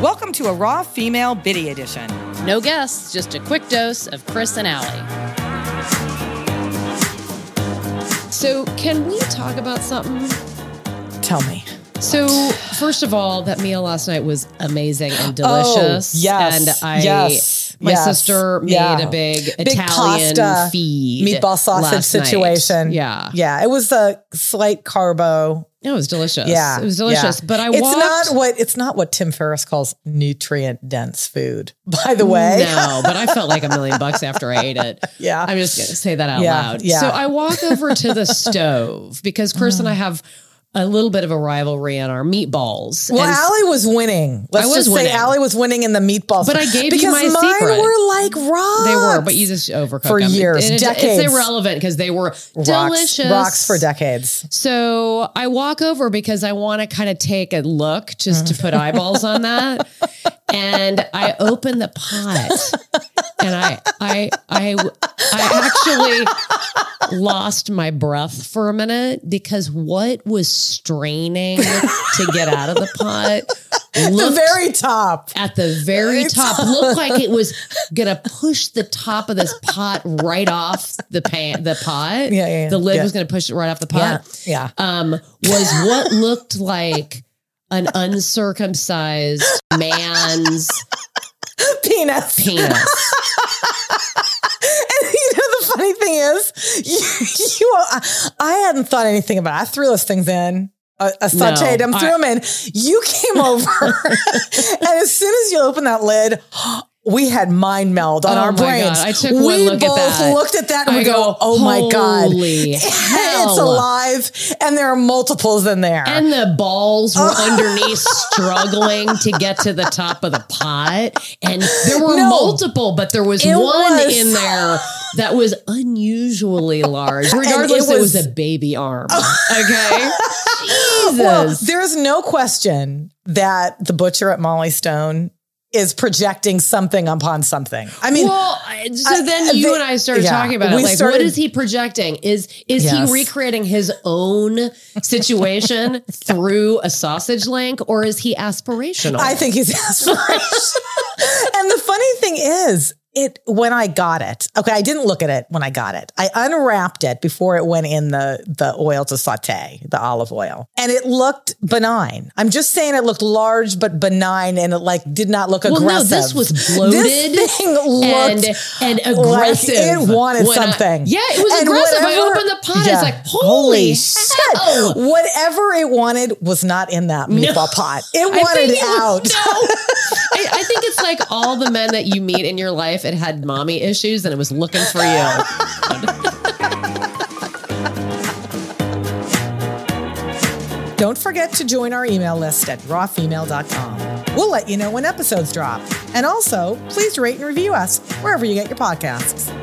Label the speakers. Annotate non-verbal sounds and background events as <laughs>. Speaker 1: Welcome to a Raw Female Biddy Edition.
Speaker 2: No guests, just a quick dose of Chris and Allie. So, can we talk about something?
Speaker 1: Tell me.
Speaker 2: So, first of all, that meal last night was amazing and delicious.
Speaker 1: <gasps> Oh, yes,
Speaker 2: and I,
Speaker 1: yes,
Speaker 2: my
Speaker 1: yes,
Speaker 2: sister made
Speaker 1: yeah.
Speaker 2: a big,
Speaker 1: Big
Speaker 2: Italian
Speaker 1: pasta,
Speaker 2: feed,
Speaker 1: Meatball sausage
Speaker 2: last night.
Speaker 1: situation.
Speaker 2: Yeah,
Speaker 1: Yeah. It was a slight carbo.
Speaker 2: it was delicious.
Speaker 1: Yeah.
Speaker 2: it was delicious.
Speaker 1: yeah.
Speaker 2: But I
Speaker 1: it's
Speaker 2: walked. <laughs>
Speaker 1: not what it's not what Tim Ferriss calls nutrient dense food, <laughs> by the way.
Speaker 2: No, but I felt like a million bucks after I ate it.
Speaker 1: Yeah.
Speaker 2: I'm just going to say that out
Speaker 1: Yeah,
Speaker 2: loud.
Speaker 1: yeah.
Speaker 2: So I walk over to
Speaker 1: <laughs>
Speaker 2: the stove because Chris and I have a little bit of a rivalry on our meatballs.
Speaker 1: Well,
Speaker 2: And-
Speaker 1: Allie was winning. Let's
Speaker 2: I was
Speaker 1: just say
Speaker 2: winning.
Speaker 1: Allie was winning in the meatballs.
Speaker 2: But I gave you
Speaker 1: because
Speaker 2: my
Speaker 1: mine
Speaker 2: secret.
Speaker 1: were like rocks.
Speaker 2: they were, but you just overcooked
Speaker 1: For
Speaker 2: them.
Speaker 1: years,
Speaker 2: And it-
Speaker 1: decades.
Speaker 2: It's irrelevant because they were
Speaker 1: rocks,
Speaker 2: delicious.
Speaker 1: rocks for decades.
Speaker 2: So I walk over because I want to kind of take a look just to put eyeballs on that. And I open the pot and I, I, I, I actually lost my breath for a minute because what was straining to get out of the pot
Speaker 1: The
Speaker 2: looked
Speaker 1: very top.
Speaker 2: at the very
Speaker 1: Very
Speaker 2: top looked like it was gonna push the top of this pot right off the pan the pot.
Speaker 1: Yeah, yeah, yeah.
Speaker 2: The lid
Speaker 1: Yeah.
Speaker 2: was gonna push it right off the pot.
Speaker 1: Yeah.
Speaker 2: Um, was what looked like an uncircumcised man's
Speaker 1: yeah. Penis.
Speaker 2: penis.
Speaker 1: <laughs> And you know the funny thing is, <laughs> you, you I, I hadn't thought anything about it. I threw those things in. I, I sauteed them,
Speaker 2: I-
Speaker 1: threw them in. You
Speaker 2: <laughs>
Speaker 1: came over, and as soon as you opened that lid, <gasps> we had mind meld on
Speaker 2: Oh
Speaker 1: our
Speaker 2: my
Speaker 1: brains.
Speaker 2: God. I took
Speaker 1: we
Speaker 2: one look at
Speaker 1: both
Speaker 2: that.
Speaker 1: looked at that and
Speaker 2: I
Speaker 1: we go,
Speaker 2: go,
Speaker 1: "Oh my god,
Speaker 2: "Holy
Speaker 1: it's
Speaker 2: hell."
Speaker 1: alive!" And there are multiples in there.
Speaker 2: And the
Speaker 1: <laughs>
Speaker 2: balls were underneath struggling to get to the top of the pot. And there were
Speaker 1: No.
Speaker 2: multiple, but there was
Speaker 1: It
Speaker 2: one
Speaker 1: was-
Speaker 2: in there that was unusually large. Regardless, it
Speaker 1: was-
Speaker 2: was, a
Speaker 1: <laughs>
Speaker 2: baby arm. Okay. Jesus.
Speaker 1: Well, there is no question that the butcher at Molly Stone is projecting something upon something. I mean,
Speaker 2: Well, I- so
Speaker 1: I-
Speaker 2: then you
Speaker 1: they-
Speaker 2: and I started
Speaker 1: yeah,
Speaker 2: talking about it.
Speaker 1: we
Speaker 2: Like,
Speaker 1: started-
Speaker 2: what is he projecting? Is is
Speaker 1: Yes.
Speaker 2: he recreating his own situation
Speaker 1: <laughs>
Speaker 2: through a sausage link, or is he aspirational?
Speaker 1: I think he's <laughs> aspirational. and the funny thing is, it when I got it, okay, I didn't look at it when I got it. I unwrapped it before it went in the the oil to saute, the olive oil. And it looked benign. I'm just saying it looked large but benign and it like did not look
Speaker 2: well,
Speaker 1: aggressive.
Speaker 2: no, this was bloated
Speaker 1: This thing
Speaker 2: and
Speaker 1: looked
Speaker 2: and
Speaker 1: like
Speaker 2: aggressive.
Speaker 1: it wanted
Speaker 2: when I-
Speaker 1: something.
Speaker 2: yeah, it was
Speaker 1: And
Speaker 2: aggressive. I
Speaker 1: whatever-
Speaker 2: opened the pot. I
Speaker 1: Yeah.
Speaker 2: was like, holy, hell.
Speaker 1: shit. Whatever it wanted was not in that meatball pot. It
Speaker 2: I
Speaker 1: wanted
Speaker 2: think it was-
Speaker 1: out. <laughs>
Speaker 2: no. I, I think it's like all the men that you meet in your life. It had mommy issues and it was looking for you.
Speaker 1: Don't forget to join our email list at rawfemale.com. We'll let you know when episodes drop. And also, please rate and review us wherever you get your podcasts.